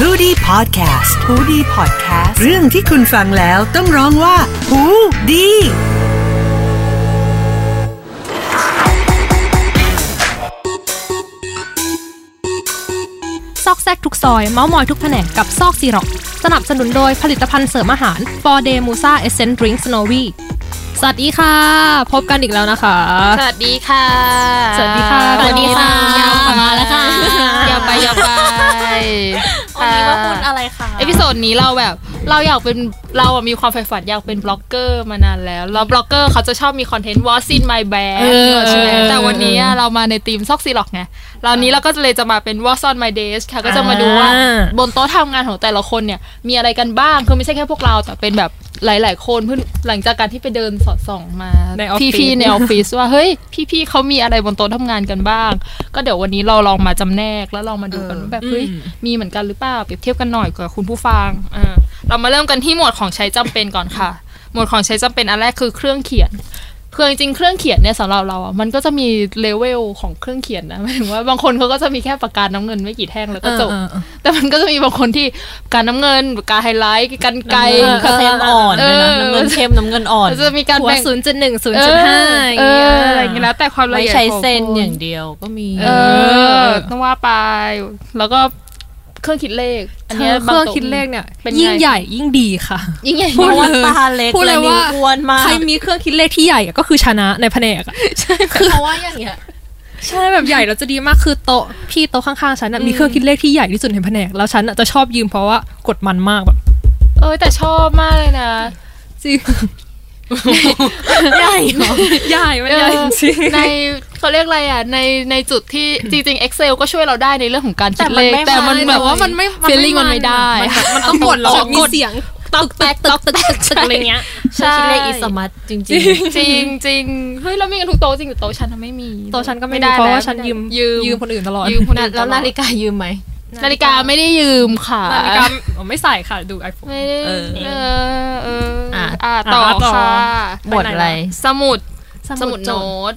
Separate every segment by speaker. Speaker 1: h o ดี้พอดแคสต์ฮูดี้พอดแคสต์เรื่องที่คุณฟังแล้วต้องร้องว่าหูดี
Speaker 2: ซอกแซกทุกซอย เมาส์มอยทุกแผนกกับซอกซีร็อก สนับสนุนโดยผลิตภัณฑ์เสริมอาหาร For Day Musa Essence Drink Snowy สวัสดีค่ะ พบกันอีกแล้วนะคะ
Speaker 3: สวัสดีค่ะ
Speaker 2: สวัสดีค่ะ
Speaker 3: สวัสดีค่ะ
Speaker 2: ยาวกลับมาแล้วค่ะ
Speaker 3: ยาวไปยาวไป
Speaker 4: วันนี้มาพูดอะไรคะ
Speaker 3: เอพิโซดนี้เราแบบ เราอยากเป็นเราอะมีความใฝ่ฝันอยากเป็นบล็อกเกอร์มานานแล้ว แล้วบล็อกเกอร์เขาจะชอบมีคอนเทนต์ What's in my bag
Speaker 2: เออ
Speaker 3: ใช่ไหม
Speaker 2: เออ
Speaker 3: แต่วันนี้อะเรามาในทีมซอกซีหรอกไงเรานี้เราก็เลยจะมาเป็น What's on my desk ค่ะก็จะมาดูว่า
Speaker 2: อ่า
Speaker 3: บนโต๊ะทำงานของแต่ละคนเนี่ย มีอะไรกันบ้างคือไม่ใช่แค่พวกเรา แต่เป็นแบบหลาย ๆ คนเพื่อนหลังจากการที่ไปเดินสอดส่องมา
Speaker 2: ในออฟฟิศ
Speaker 3: พี่ๆในออฟฟิศว่าเฮ้ย พี่ๆเขามีอะไรบนโต๊ะทำงานกันบ้าง ก็เดี๋ยววันนี้เราลองมาจำแนกแล้วลองมาดูกันว่าแบบเฮ้ยมีเหมือนกันหรือเปล่าเปรียบเทียบกันหน่อยกับคุณผู้ฟังอ่าเรามาเริ่มกันที่หมวดของใช้จำเป็นก่อนค่ะ หมวดของใช้จำเป็นอันแรกคือเครื่องเขียน คือจริงๆเครื่องเขียนเนี่ยสำหรับเราอ่ะมันก็จะมีเลเวลของเครื่องเขียนนะหม ายถึงว่าบางคนเขาก็จะมีแค่ปากกาน้ำเงินไม่กี่แท่งแล้วก็จบ
Speaker 2: เออเออ
Speaker 3: แต่มันก็จะมีบางคนที่การน้ำเงินการไฮไลท์การไกล
Speaker 4: เงิน
Speaker 3: กา
Speaker 4: เส้นอ่อน
Speaker 3: เอ
Speaker 4: เลยนะ
Speaker 3: อ
Speaker 4: น้ำเงินเข้มน้ำเงินอ่อน
Speaker 3: มันจะมีการ
Speaker 2: หัว
Speaker 3: แบ่ง
Speaker 2: ศูนย์จุดหนึ่งศูนย์
Speaker 3: เอ
Speaker 2: จุดห้า
Speaker 3: อเอออะไรอย่างเงี้ยแล้วแต่ความละ
Speaker 4: ไม่
Speaker 3: เอียด
Speaker 4: ใช้
Speaker 3: ของ
Speaker 4: เส้น
Speaker 3: ค
Speaker 4: อย่างเดียวก็มี
Speaker 3: เออต้องว่าไป แล้วก็เครื่องคิดเลข อัน
Speaker 2: เธ
Speaker 3: นี้ย
Speaker 2: อบ
Speaker 3: า
Speaker 2: เค
Speaker 3: ง
Speaker 2: รื่อง
Speaker 3: ตัว
Speaker 2: คิดเลขเนี่ย
Speaker 3: เป็นไง
Speaker 2: ยิ่งใหญ่ยิ่งดีค่ะ
Speaker 3: ยิ่งใหญ่
Speaker 4: เพ
Speaker 2: พูด
Speaker 4: ราะว่า
Speaker 2: เลย
Speaker 4: ตาเล็ก
Speaker 2: พูดเลย
Speaker 4: และนิ้ว
Speaker 2: ว่า
Speaker 4: อ้วนมาก
Speaker 2: ใครมีเครื่องคิดเลขที่ใหญ่อะก็คือชนะในแผนกอะ
Speaker 3: เพราะว่าอย่างเงี้ย
Speaker 2: ใช่แบบใหญ่เราจะดีมากคือโต๊ะพี่โต๊ะข้างๆฉันน่ะมีเครื่องคิดเลขที่ใหญ่ที่สุดในแผนกแล้วฉันน่ะจะชอบยืมเพราะว่ากดมันมากแบบ
Speaker 3: เออแต่ชอบมากเลยนะ
Speaker 2: จริ ง
Speaker 4: ใหญ่เหรอ
Speaker 2: ใหญ่มันใหญ่จริง
Speaker 3: ในเขาเรียกอะไรอ่ะในในจุดที่จริงๆ Excel ก็ช่วยเราได้ในเรื่องของการคิดเลข
Speaker 4: แต่
Speaker 3: แต่
Speaker 4: มั
Speaker 3: มัน
Speaker 4: นไม่
Speaker 3: แบบว่ามันไม่
Speaker 2: ๆ
Speaker 3: ฟีลลิ่งมันไม่ได้
Speaker 2: มันต้องกดแล้วแบบมีเสียง
Speaker 3: ตอกแตกตอกแตก
Speaker 2: ตึกอะไรเงี้ย
Speaker 4: ใช่คิดเลขอิสมัตจริง
Speaker 3: จริงจริงเฮ้ยเรามีกันทุกโต๊ะจริงแต่โต๊ะฉันน่ะไม่มี
Speaker 2: โต๊ะฉันก็ไม่ได้เพราะว่าฉันยืม
Speaker 3: ยืม
Speaker 2: ยืมคนอื่นตลอด
Speaker 3: ยืมคนอื่น
Speaker 4: ๆ แล้วนาฬิกายืมไหม
Speaker 3: นาฬิกาไม่ได้ยืมค่ะ
Speaker 2: นาฬิกาผมไม่ใส่ค่ะดู iPhone
Speaker 3: ไม่ได้
Speaker 4: เออ
Speaker 3: เออเอออ่ะ
Speaker 4: อ่ะ
Speaker 3: อ่ะต่อ
Speaker 2: อ่ะต่อ
Speaker 3: ค่ะ
Speaker 4: หมดอะไร
Speaker 3: สมุด
Speaker 2: ส
Speaker 3: ส
Speaker 2: มุ
Speaker 3: มุ
Speaker 2: ด
Speaker 3: ด
Speaker 2: โน้
Speaker 3: โน้
Speaker 2: ต
Speaker 3: ต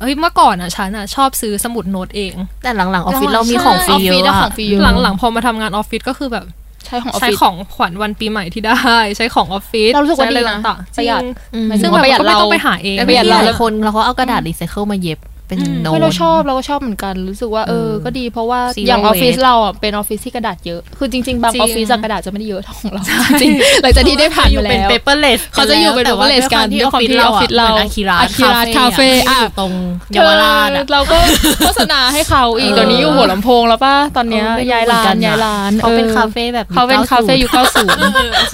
Speaker 2: เฮ้ยเมื่อก่อนอ่ะฉันอ่ะชอบซื้อสมุดโน้ตเอง
Speaker 4: แต่หลังๆออฟฟิศเรามีของฟรีเย
Speaker 3: ออฟฟิศ
Speaker 4: อะ
Speaker 3: เราข
Speaker 4: อะ
Speaker 3: องฟรีเยอะ
Speaker 2: หลังๆพอมาทำงานออฟฟิศก็คือแบบ
Speaker 3: ใช้ของออฟ
Speaker 2: ใช้
Speaker 3: ฟิศ
Speaker 2: ของขวัญวันปีใหม่ที่ได้ ใช้ของออฟฟิศ
Speaker 3: เรารู้สึกว่า
Speaker 2: ใช้อ
Speaker 3: ดีนะ
Speaker 2: ต่างๆ
Speaker 3: ประหยัด
Speaker 2: จง
Speaker 4: อืม
Speaker 3: หมายถึ
Speaker 2: ซึ่ง
Speaker 3: ว่า
Speaker 2: แบบ
Speaker 3: ประหยัด
Speaker 2: เราก็ไม่
Speaker 3: เรา
Speaker 2: ต้องไปหาเอง
Speaker 3: ประหยัด
Speaker 4: มีห
Speaker 3: เรา
Speaker 4: ลาย
Speaker 3: แล้ว
Speaker 4: คนแล้วเขาเอากระดาษรีไซเคิลมาเย็บเป็นโน้ต
Speaker 3: เฮ้ยเราชอบเราก็ชอบเหมือนกันรู้สึกว่าเออ
Speaker 4: เออ
Speaker 3: ก็ดีเพราะว่า
Speaker 4: Zero
Speaker 3: อย่างออฟฟิศ
Speaker 4: waste
Speaker 3: เราอ่ะเป็นออฟฟิศที่กระดาษเยอะ คือจริง ๆ บาง
Speaker 2: จริ
Speaker 3: อง อฟฟิศอะกระดาษจะไม่ได้เยอะเท่าของเราจริงหลังจากที่ได้ผ่านมา
Speaker 4: เป็น
Speaker 3: แล้ว
Speaker 4: เปเปอร์เลส
Speaker 3: เขาจะอยู่เป็น paperless กัน
Speaker 4: ที่ออฟฟิศเรา
Speaker 3: ด้วยความที่ออฟฟิศเรา
Speaker 4: อะคิรา
Speaker 3: อาคิระ
Speaker 4: คา
Speaker 3: cafe
Speaker 4: เฟ่อะ
Speaker 3: อ่ะ
Speaker 4: ที่อยู่ตรงเยาวราชอะ
Speaker 3: เออเราก็โฆษณาให้เขาอีก
Speaker 4: เออ
Speaker 3: เดี๋ยวนี้อยู่หัวลำโพงแล้วป่ะตอนเนี้ย
Speaker 4: เออไม่
Speaker 3: ย้ายร้า
Speaker 4: เหมือน กั
Speaker 3: ย้าย
Speaker 4: อะ
Speaker 3: ร้าน
Speaker 4: เขาเป็น
Speaker 3: ออ
Speaker 4: คาเฟ่แบบ
Speaker 3: เขาเป็นคาเฟ่ยุคเก้าศูนย์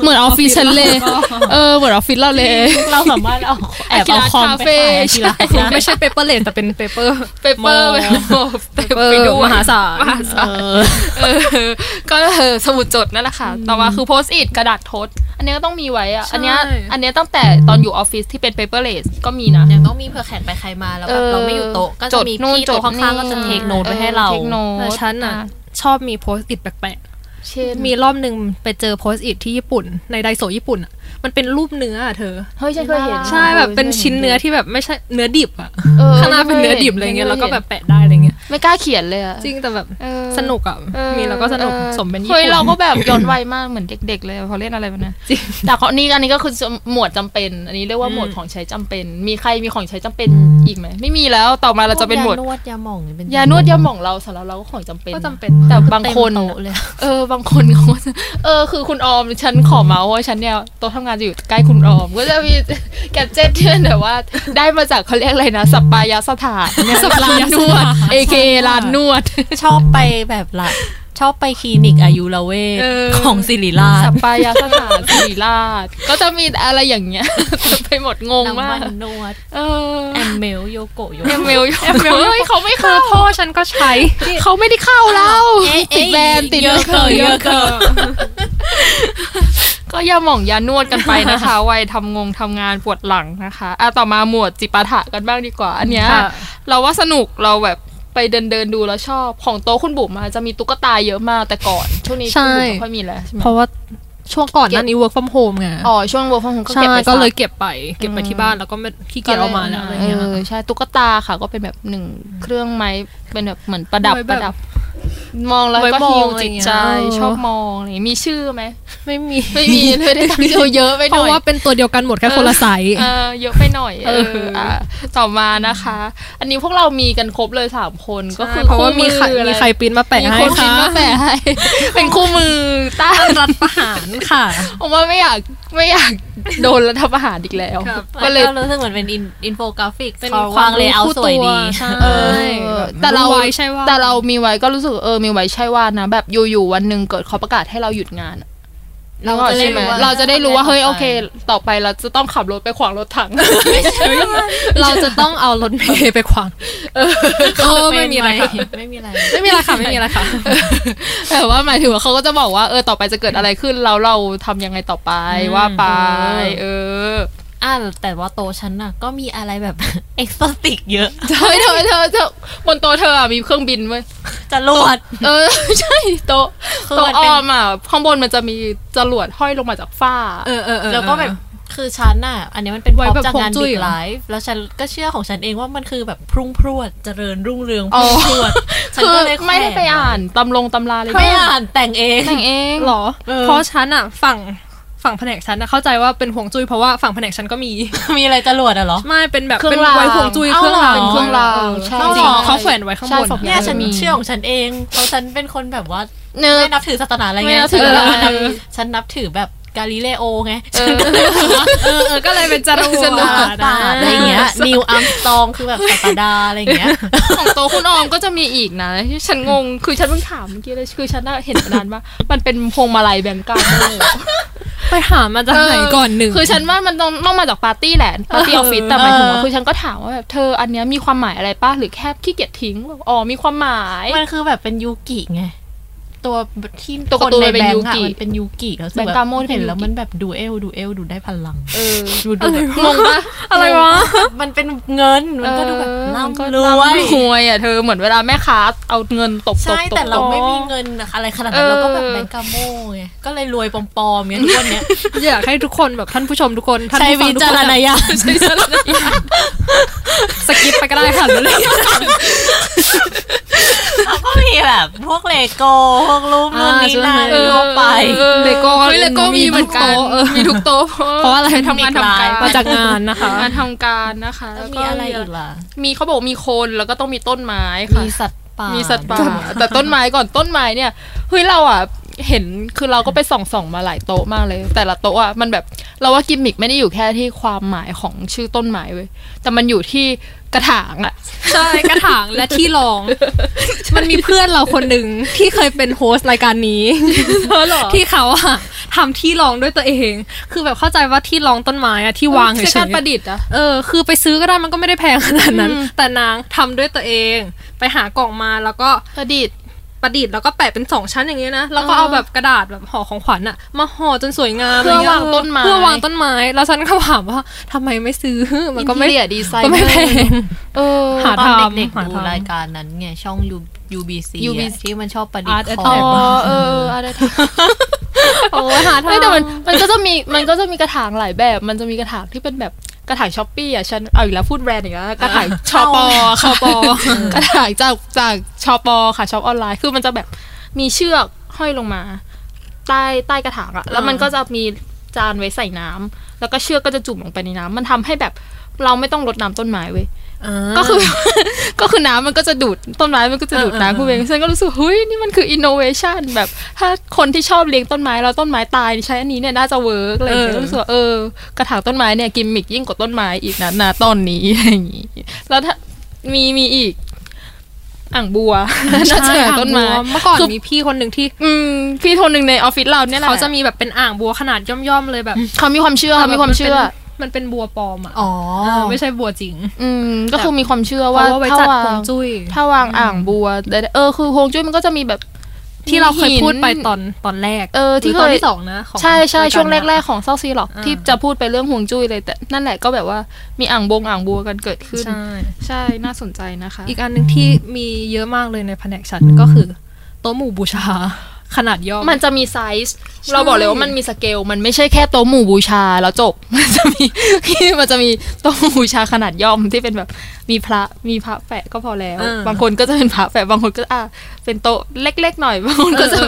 Speaker 3: เหมือนออฟฟิศฉันเลยเออเหมือนออฟฟิศเราเลย
Speaker 4: เราสามารถเอาแอบเอาคอมไปถ่าย
Speaker 3: อาคิระ
Speaker 4: ที่ร้า
Speaker 3: คาเฟ่
Speaker 4: น
Speaker 2: ไม่ใช่เปเปอร์เลสแต่เป็นเปเปอร์
Speaker 3: เปเปอร์
Speaker 2: โม
Speaker 3: เปเปอร์
Speaker 2: มหาศาล
Speaker 3: เออก็เออสมุดจดนั่นแหละค่ะ ต่อมาคือโพสต์อิกระดาษทด อันเนี้ยก็ต้องมีไว้อะอันเนี้ย
Speaker 2: ใช่
Speaker 3: อันเนี้ยตั้งแต่ตอนอยู่ออฟฟิศที่เป็นเปเปอร์เลสก็มีนะ
Speaker 4: ยังต้องมีเผื่อแขกไปใครมาแล้วแบบเราไม่อยู่โต๊ะก็จะมี
Speaker 3: จดนู่น
Speaker 4: พี่โต๊ะข้าง
Speaker 3: จ
Speaker 4: ๆก็
Speaker 3: ดนี่
Speaker 4: จะเทคโน้ตไว้ให้เรา
Speaker 3: เทคโน้ต
Speaker 2: แต่ฉันอ่ะ ชอบมีโพสต์อิทแปลก
Speaker 3: เช่น
Speaker 2: ๆ มีรอบหนึ่งไปเจอโพสต์อิทที่ญี่ปุ่น ในไดโซะญี่ปุ่นอ่ะ มันเป็นรูปเนื้ออะเธอ
Speaker 3: เฮ้ยฉันเคยเห็น
Speaker 2: ใช่แบบเป็นชิ้นเนื้อที่แบบไม่ใช่เนื้อดิบอ่ะ
Speaker 3: เออ
Speaker 2: ข้างหน้าเป็นเนื้อดิบอะไรเงี้ยแล้วก็แบบแปะได้อะไรเงี้ย
Speaker 3: ไม่กล้าเขียนเลยอะ
Speaker 2: จริงแต่แบบ
Speaker 3: เออ
Speaker 2: สนุกอ่ะ
Speaker 3: เออ
Speaker 2: มีแล้วก็สนุก
Speaker 3: ออ
Speaker 2: สมเป็นญี่
Speaker 3: เฮ้ย
Speaker 2: ปุ่น
Speaker 3: เราก็แบบย้อนวัยมากเหมือนเด็ก ๆ เลยพอเล่นอะไรแบบนั้น
Speaker 2: จริง
Speaker 3: แต่ข้อนี้อันนี้ก็คือหมวดจำเป็น อันนี้เรียกว่าหมวดของใช้จำเป็น มีใครมีของใช้จำเป็นอีกไหมไม่มีแล้วต่อมาเราจะเป็นหมวด
Speaker 4: ยานวดยาหม่องนี่เป็น
Speaker 3: ยานวดยาหม่องเราสำหรับเราก็ของจำเป็น
Speaker 2: ก็จำเป็น
Speaker 3: แต่บางคน
Speaker 4: เต็มโต๊ะเลย
Speaker 3: เออบางคนเขาจะเออคือคุณออมฉันขอเมาส์ว่าฉันเนี่ยโต๊ะทำงานจะอยู่ใกล้คุณออม ก็จะมีแกดเจ็ตที่มันแบบว่า ได้มาจากเขาเรียกอะไรนะสัปปายสถาน สัปปายนวด AKA ร้านนวด
Speaker 4: ชอบไปแบบละชอบไปคลินิกอายุรเวช
Speaker 3: เออ
Speaker 4: ของศิริราช
Speaker 3: สัปปายสถานศิริราชก็จะมีอะไรอย่างเงี้ย เต็มไปหมดงง
Speaker 4: น้ำ
Speaker 3: มา
Speaker 4: มั
Speaker 3: ก
Speaker 4: นนวด
Speaker 3: เออ
Speaker 4: แอมเมลโยโกะโย
Speaker 3: เอ
Speaker 4: โกะ
Speaker 3: มเมลเอมเมลเฮ้ยเขาไม่
Speaker 2: คือ
Speaker 3: เข้า
Speaker 2: พ่อฉันก็ใช้
Speaker 3: เขาไม่ได้เข้าเราติดแบรนด์ติด
Speaker 4: เยอะเกินเยอะเกิน
Speaker 3: ก็อย่าหม่องยานวดกันไปนะคะ วัยทำงงทำงานปวดหลังนะคะอ่ะต่อมาหมวดจิปาถะกันบ้างดีกว่า อันเนี้ย
Speaker 2: ค่ะ
Speaker 3: เราว่าสนุกเราแบบไปเดินเดินๆดูแล้วชอบของโต๊ะคุณบุ๋มมาจะมีตุ๊กตาเยอะมากแต่ก่อน ช่วงนี้คุณบุ๋มไม่ค่อยมีแล้วใช่ไหม
Speaker 2: เพราะว่าช่วงก่อนหนั้นนี้ work from home ไง
Speaker 3: อ๋อช่วงวัวของผมก็
Speaker 2: ใช่
Speaker 3: เก็บไป
Speaker 2: ก็เลย
Speaker 3: ซะ
Speaker 2: เก็บไป เก็บไปที่บ้านแล้วก็ไม่ขี้เกียจเอามาแล้วอะไรเงี้ย
Speaker 3: ออใช่ตุ๊กตาค่ะก็เป็นแบบหนึ่งเครื่องไม้เป็นแบบเหมือนประดับ
Speaker 2: ทำไมแบ
Speaker 3: ป
Speaker 2: บ
Speaker 3: ระดับ มองแล้ว
Speaker 2: ไว้
Speaker 3: ก็
Speaker 2: มอง
Speaker 3: ฮิว
Speaker 2: อะไร
Speaker 3: จิต
Speaker 2: เงี้ย
Speaker 3: ใจ
Speaker 2: เออ
Speaker 3: ชอบมองอะไรเงี้ยมีชื่อไหม
Speaker 2: ไม่มี
Speaker 3: ไม่ มีเลยได้ตั้งชื่อเยอะไปห
Speaker 2: เพ
Speaker 3: น่
Speaker 2: ราะ
Speaker 3: อย
Speaker 2: ว่าเป็นตัวเดียวกันหมดแค่คนละไซส์
Speaker 3: เออเยอะไปหน่อยเออ
Speaker 2: เอออ่
Speaker 3: ะต่อมานะคะ อันนี้พวกเรามีกันครบเลยสามคนก็คือ
Speaker 2: เพราะว่ามีใคร
Speaker 3: ออะ
Speaker 2: มีใครปริ้นมาแปะ
Speaker 3: มี
Speaker 2: ให้
Speaker 3: คน
Speaker 2: ค่ะ
Speaker 3: พิมพ์มาแปะให้ เป็นคู่มือต้าน
Speaker 2: รัฐประหารค่ะ
Speaker 3: ผมว่าไม่อยากไม่อยากโดนรัฐประหารอีกแล้ว
Speaker 2: ครับ
Speaker 3: ก็
Speaker 4: ก็
Speaker 3: เล
Speaker 4: เลย ยรู้สึกเหมือนเป็นอินอินโฟกราฟิก
Speaker 2: เป็น
Speaker 4: เขา
Speaker 2: ควาว
Speaker 4: าม งเลเยอ
Speaker 2: รู้
Speaker 4: ร์
Speaker 2: คู่
Speaker 4: สวย
Speaker 2: ตัว
Speaker 4: ดี
Speaker 2: ใช่
Speaker 3: เอ
Speaker 2: ใช่
Speaker 3: อ
Speaker 2: แบบ
Speaker 3: แต่เรา
Speaker 2: ไว้ใช่ว่า
Speaker 3: แต่เรามีไว้ก็รู้สึกเออมีไว้ใช่ว่านะ แบบอยู่ๆวันหนึ่งเกิดเขาประกาศให้เราหยุดงานอะ
Speaker 4: เรา
Speaker 3: นึกออก
Speaker 4: จะได้
Speaker 3: ใช่ไหม
Speaker 4: รู้ว่า
Speaker 3: เราจะได้รู้ว่าเฮ้ยโอเค ต่อไปเราจะต้องขับรถไปขวางรถถัง
Speaker 2: เราจะต้องเอารถเมย์ไปขวางเออไม่มีอะไรค่ะ
Speaker 4: ไม่มีอะไร
Speaker 2: ไม่มีอะไรค่ะไม่มีอะไรค่ะ
Speaker 3: แต่ว่าหมายถึงว่าเขาก็จะบอกว่าเออต่อไปจะเกิดอะไรขึ้นแล้วเราทำยังไงต่อไป
Speaker 2: อืม
Speaker 3: ว่าไป เอ
Speaker 4: เอ
Speaker 3: อ
Speaker 4: อ่าแต่ว่าโตฉันน่ะก็มีอะไรแบบ เอ็กซ์โซติกเยอะ
Speaker 3: เธอเธอเธอเธอบนโต๊ะเธออะมีเครื่องบินเว้ย
Speaker 4: จรวด
Speaker 3: เออ ใช่โต๊ะ
Speaker 4: คือ
Speaker 3: โต๊ะ
Speaker 4: มัน
Speaker 3: อ
Speaker 4: เป็น
Speaker 3: อมอ่ะข้างบนมันจะมีจรวดห้อยลงมาจากฟ้า
Speaker 2: เออเออเออ
Speaker 4: แล้วก็แบบคือฉันน่ะ อันนี้มันเป็นพ
Speaker 2: ไว้
Speaker 4: ร็อพ
Speaker 2: แบบ
Speaker 4: จากงาน
Speaker 2: ฮวงจุ้
Speaker 4: บิ๊
Speaker 2: ย
Speaker 4: ก
Speaker 2: เหรอ
Speaker 4: ไลฟ์แล้วฉันก็เชื่อของฉันเองว่ามันคือแบบพรุ่งพรวดเจริญรุ่งเรืองพ
Speaker 3: อ๋อ
Speaker 4: รุ่งพรวดฉัน
Speaker 3: คือ
Speaker 4: ก็เลยแขวน
Speaker 3: ไม่ได้ไปอ่านตำลงตำราเลย
Speaker 4: ไม่อ่านแต่งเอง
Speaker 3: แต่งเอง
Speaker 2: หรอ
Speaker 4: เออ
Speaker 2: เพราะฉันอะฝั่งฝั่งแผนกฉันนะเข้าใจว่าเป็นห่วงจุ้ยเพราะว่าฝั่งแผนกฉันก็ มี
Speaker 4: มีอะไรจรวดอะเหรอ
Speaker 2: ไม่เป็นแบบ
Speaker 3: เครื่
Speaker 2: เป็
Speaker 3: อน งราง
Speaker 2: ไว้ห่วงจุ้ยเครื่องราง
Speaker 3: เป็นเครื่องรางใช่
Speaker 2: จริงๆเขาแขวนไว้ข้างบน
Speaker 3: ใช่ฝั่
Speaker 4: เนี่ยฉัน
Speaker 3: มี
Speaker 4: เชื่อของฉันเองเพราะฉันเป็นคนแบบว่า
Speaker 3: เนื้อ
Speaker 4: ไม่นับถือศาสนาอะไร
Speaker 3: ไม่
Speaker 4: เงี้ย
Speaker 3: นับถือ
Speaker 4: ฉัน
Speaker 3: อะไร
Speaker 4: นับฉันนับถือแบบกาลิเลโอไง
Speaker 3: เออ
Speaker 2: เออเออก็เลยเป็นจรวด
Speaker 3: จรวด
Speaker 4: ปาดอะไรเงี้ยนิวอัมสตองคือแบบศาสดาอะไรเงี้ย
Speaker 3: ของโตะคุณออมก็จะมีอีกนะที่ฉันงง คือฉันเพิ่งถามเมื่อกี้เลยคือฉันน่ะเห็นมานานว่ามันเป็นพวงมาลัยแบงก์กาโม่
Speaker 2: ไปหามาจากไหนก่อนหนึ่ง
Speaker 3: คือฉันว่ามันต้องต้องมาจากปาร์ตี้แหละปาร์ตี้ออฟฟิศแต่หมายถึงว่าคือฉันก็ถามว่าแบบเธออันเนี้ยมีความหมายอะไรป้าหรือแค่ขี้เกียจทิ้งแบบอ๋อมีความหมาย
Speaker 4: มันคือแบบเป็นยูกิไง ตัวที่
Speaker 3: ตัว
Speaker 4: ค
Speaker 3: การ์ตูน
Speaker 4: ใน
Speaker 3: มันเป็น
Speaker 4: แบง
Speaker 3: ยู
Speaker 4: ค์อะ
Speaker 3: กิ
Speaker 4: มันเป็นยูกิแล้ว
Speaker 3: แบงค์กาโมนเป็น
Speaker 4: เห็น
Speaker 3: ยูกิ
Speaker 4: แล้วมันแบบดูเอลดูเอลดูได้พลัง
Speaker 3: เออ
Speaker 4: ดูดูแบบ
Speaker 3: งงปะ
Speaker 2: อะไรวะ
Speaker 4: มันเป็นเงินมันก็ดูแบบ
Speaker 3: มันก็
Speaker 4: ร่ำร
Speaker 3: ร
Speaker 4: ว
Speaker 3: วย ยรวยอ่ะเธอเหมือนเวลาแม่ค้าเอาเงินตบๆ
Speaker 4: ใช่
Speaker 3: ๆๆ
Speaker 4: แต่เราไม่มีเงินอะไรขนาดนั้น
Speaker 3: เออ
Speaker 4: เราก็แบบแบงค์กาโม่ไงก็เลยรวยปลอมๆเงี้ยทุกวันเนี้ย
Speaker 2: อยากให้ทุกคนแบบท่านผู้ชมทุกคนท่าน
Speaker 4: ใช้
Speaker 2: ผู้ฟั
Speaker 4: วิ
Speaker 2: งทุก
Speaker 4: จา
Speaker 2: ค
Speaker 4: ร
Speaker 2: น
Speaker 4: ณญาณ
Speaker 3: ใช่ใช่ใช่
Speaker 2: สกิปไปก็ได้ค่ะหรืออะไร
Speaker 4: เราก็มีแบบพวกเลโก้พวกรูปนู่นนี่นั่น
Speaker 3: เออ
Speaker 4: เข้าไป
Speaker 2: เลโก้
Speaker 3: เฮ้ยเลโก้มีเหมือนกันมีทุกโต๊ะ
Speaker 2: เพราะอะไร
Speaker 4: ทำ
Speaker 2: ทำาน
Speaker 4: งาง
Speaker 2: น
Speaker 4: ทำ
Speaker 2: ทำ
Speaker 4: กา
Speaker 2: การ รมาจากงานนะคะ
Speaker 3: งานทำการนะคะ
Speaker 4: แล้ว
Speaker 3: ก็
Speaker 4: มีอะไรอีกล่ะ
Speaker 3: มีเขาบอกมีคนแล้วก็ต้องมีต้นไม้ค่ะ
Speaker 4: มีสัตว์ป่ามี
Speaker 3: มีสัตว์ป่าแต่ต้นไม้ก่อนต้นไม้เนี่ยเฮ้ยเราอ่ะเห็นคือเราก็ไปส่องส่องๆมาหลายโต๊ะมากเลย แต่ละโต๊ะอ่ะมันแบบเราว่ากิมมิกไม่ได้อยู่แค่ที่ความหมายของชื่อต้นไม้เว้ยแต่มันอยู่ที่กระถางอ่ะ
Speaker 2: ใช่กระถางและที่รอง มันมีเพื่อนเราคนหนึ่งที่เคยเป็นโฮสต์รายการนี้ ที่เขาอะทำที่รองด้วยตัวเอง คือแบบเข้าใจว่าที่รองต้นไม้อะที่วางเฉ
Speaker 3: ใช้
Speaker 2: ย
Speaker 3: กา
Speaker 2: ๆ
Speaker 3: รประดิษฐ์อะ
Speaker 2: เออ คือไปซื้อก็ได้มันก็ไม่ได้แพงขนาดนั้น แต่นางทำด้วยตัวเอง ไปหากล่องมาแล้วก็
Speaker 3: ประดิษฐ์
Speaker 2: ประดิษฐ์แล้วก็แปะเป็นสองชั้นอย่างเงี้ยนะ แล้วก็
Speaker 3: อ่า
Speaker 2: เอาแบบกระดาษแบบห่อของขวัญอะมาห่อจนสวยงาม
Speaker 3: เพื่อ
Speaker 2: ไรงี้ยว
Speaker 3: างต้นไม้
Speaker 2: เพื่อวางต้นไม้ แล้วฉันก็ถามว่าทำไมไม่ซื้อ มันก็ไม่
Speaker 3: Interior design
Speaker 2: ก็ไม่แพง
Speaker 3: เออ
Speaker 2: หา
Speaker 4: ตอนเด็ก
Speaker 2: หา
Speaker 4: ๆดู
Speaker 2: ทำ
Speaker 4: รายการนั้นไงช่อง U- UBC อะ
Speaker 3: UBC
Speaker 4: ที่มันชอบประดิษ
Speaker 2: Art
Speaker 4: ฐ์
Speaker 2: and
Speaker 4: ข
Speaker 3: อ๋
Speaker 4: อ
Speaker 3: อง เอออะไรท ำ
Speaker 2: โอ้ยหาทา
Speaker 3: ไม่
Speaker 2: ง
Speaker 3: แต่มันมันก็จะมีมันก็จะมีกระถางหลายแบบ มันจะมีกระถางที่เป็นแบบกระถางช้อปปี้อ่ะฉันเอาอีกแล้วพูดแบรนด์อีกแล้วกระถางชอปอ ชอปอกระถางจากจากชอปอค่ะชอปออนไลน์คือมันจะแบบมีเชือกห้อยลงมา ใต้ใต้กระถางอะแล้วมันก็จะมีจานไว้ใส่น้ำแล้วก็เชือกก็จะจุ่มลงไปในน้ำมันทำให้แบบเราไม่ต้องรดน้ำต้นไม้เว้ยก็คือ ก็คือน้ำมันก็จะดูดต้นไม้มันก็จะดูดน้ำคุณเองฉันก็รู้สึกเฮ้ยนี่มันคืออินโนเวชันแบบถ้าคนที่ชอบเลี้ยงต้นไม้แล้วต้นไม้ตายใช้อันนี้เนี่ยน่าจะเวิร์กอะไรอย่างเงี้ย
Speaker 2: เออ
Speaker 3: รู้สึกว่าเออกระถางต้นไม้เนี่ยกิมมิกยิ่งกว่าต้นไม้อีกนะนะตอนนี้อะไรอย่างงี้แล้วถ้ามีมีอีก อ่างบัว น่าจะ
Speaker 2: ใช่
Speaker 3: เกี่ยวกับ
Speaker 2: อ่าง
Speaker 3: ต้น
Speaker 2: บั
Speaker 3: ไม้
Speaker 2: วเมื่อก่อน
Speaker 3: คือ
Speaker 2: มีพี่คนหนึ่งที่
Speaker 3: อืมพี่โทนหนึ่งในออฟฟิศเราเนี่ยแหละ
Speaker 2: เขาจะมีแบบเป็นอ่างบัวขนาดย่อมๆเลยแบบ
Speaker 3: เขามีความเชื่อเขามีความเชื่อ
Speaker 2: มันเป็นบัวปลอมอะ
Speaker 4: อ๋อ
Speaker 2: เออไม่ใช่บัวจริง
Speaker 3: อืมก็คือมีความเชื่อ
Speaker 2: เพ
Speaker 3: ว่า
Speaker 2: ราะว่าไว้
Speaker 3: ถ้า
Speaker 2: จัด
Speaker 3: วา
Speaker 2: ข
Speaker 3: ง
Speaker 2: องจุ้ย
Speaker 3: ถ้าวางอ่างบัวได้เออคือฮวงจุ้ยมันก็จะมีแบบ
Speaker 2: ที่เราเคยพูดไปตอนตอนแรก
Speaker 3: เออที่
Speaker 2: หรืตอน
Speaker 3: เคย
Speaker 2: ที่สองนะของ
Speaker 3: ใช่ใช่
Speaker 2: ายาร
Speaker 3: ช่วงแร
Speaker 2: นะ
Speaker 3: ก ๆ ของเศร้าซีหรอก
Speaker 2: อ่า
Speaker 3: ที่จะพูดไปเรื่องห่วงจุ้ยเลยแต่นั่นแหละก็แบบว่ามีอ่างบงอ่างบัวกันเกิดขึ้น
Speaker 2: ใช่
Speaker 3: ใช่น่าสนใจนะคะ
Speaker 2: อีกอันหนึ่งที่มีเยอะมากเลยในแผนกฉันก็คือ โต๊ะหมู่บูชา ขนาดย่อม
Speaker 3: มันจะมีไซส์เราบอกเลยว่ามันมีสเกลมันไม่ใช่แค่โต๊ะหมู่บูชาแล้วจบ มันจะมี มันจะมีโต๊ะหมู่บูชาขนาดย่อมที่เป็นแบบมีพระมีพระแปะก็พอแล้ว
Speaker 4: อ่า
Speaker 3: บางคนก็จะเป็นพระแปะบางคนก็อ่ะเป็นโต๊ะเล็ก ๆ หน่อย บางคนก็จะ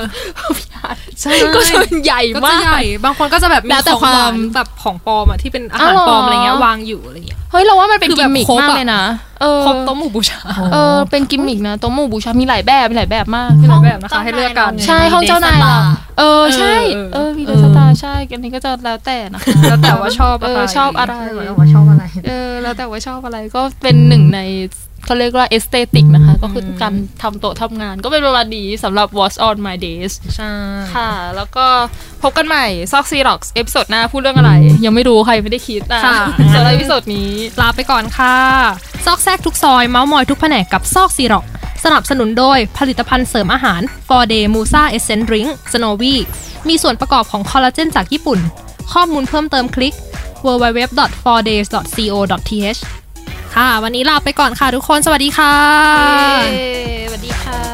Speaker 2: ใช่
Speaker 3: ก็จะเป็นใหญ่
Speaker 2: ก็
Speaker 3: มา
Speaker 2: จะ
Speaker 3: ก
Speaker 2: ใหญ่บางคนก็จะแบบมี
Speaker 3: แล้วแต่
Speaker 2: ของห
Speaker 3: ควาน ม
Speaker 2: แบบของปลอมอะที่เป็นอาหาร
Speaker 3: อ้าวเหรอ
Speaker 2: ปลอมอะไรเงี้ยวางอยู่อะไรเงี้ย
Speaker 3: เฮ้ยเราว่ามันเป็น
Speaker 2: คือ
Speaker 3: กิ
Speaker 2: แบบ
Speaker 3: มมิค
Speaker 2: ครบอะ
Speaker 3: มากเลยนะเออ
Speaker 2: ครบโต๊ะหมู่บูชา
Speaker 3: เออเป็นกิมมิคนะโต๊ะหมู่บูชามีหลายแบบมีหลายแบบมาก
Speaker 2: มีหลายแบบนะคะให้เลือกกัน
Speaker 3: ใช่ห้องเจ้านายเหรอเออใช่
Speaker 2: เออ
Speaker 3: เออมีเดอะสตาร์ใช่อันนี้ก็จะแล้วแต่นะคะ
Speaker 2: แล้วแต่ว่าชอบอะ
Speaker 3: เอ
Speaker 2: ไร
Speaker 3: อชอบอะไร
Speaker 4: ว่าชอบอะไร
Speaker 3: เออแล้วแต่ว่าชอบอะไรก็เป็นหนึ่งในเขาเรียกว่าเอสเตติกนะคะ ก็คือการทำโต๊ะทำงาน ก็เป็นประมาณนี้สำหรับ What's on my days
Speaker 4: ใช่
Speaker 3: ค่ะ แล้วก็พบกันใหม่ซอกซีร็อกเอพิโซดหน้าพูดเรื่องอะไร ยังไม่รู้ใครไม่ได้คิดนะ
Speaker 2: ค่ะ
Speaker 3: สำหรับเอพิโซดนี้
Speaker 2: ลาไปก่อนค่ะ ซอกแซกทุกซอย เมาส์มอยทุกแผนกกับซอกซีร็อก สนับสนุนโดยผลิตภัณฑ์เสริมอาหาร for day musa essence drink snowy มีส่วนประกอบของคอลลาเจนจากญี่ปุ่น ข้อมูลเพิ่มเติมคลิก www for days co th ค่ะ วันนี้ลาไปก่อนค่ะทุกคน สวัสดีค่ะ
Speaker 3: เย้สวัสดีค่ะ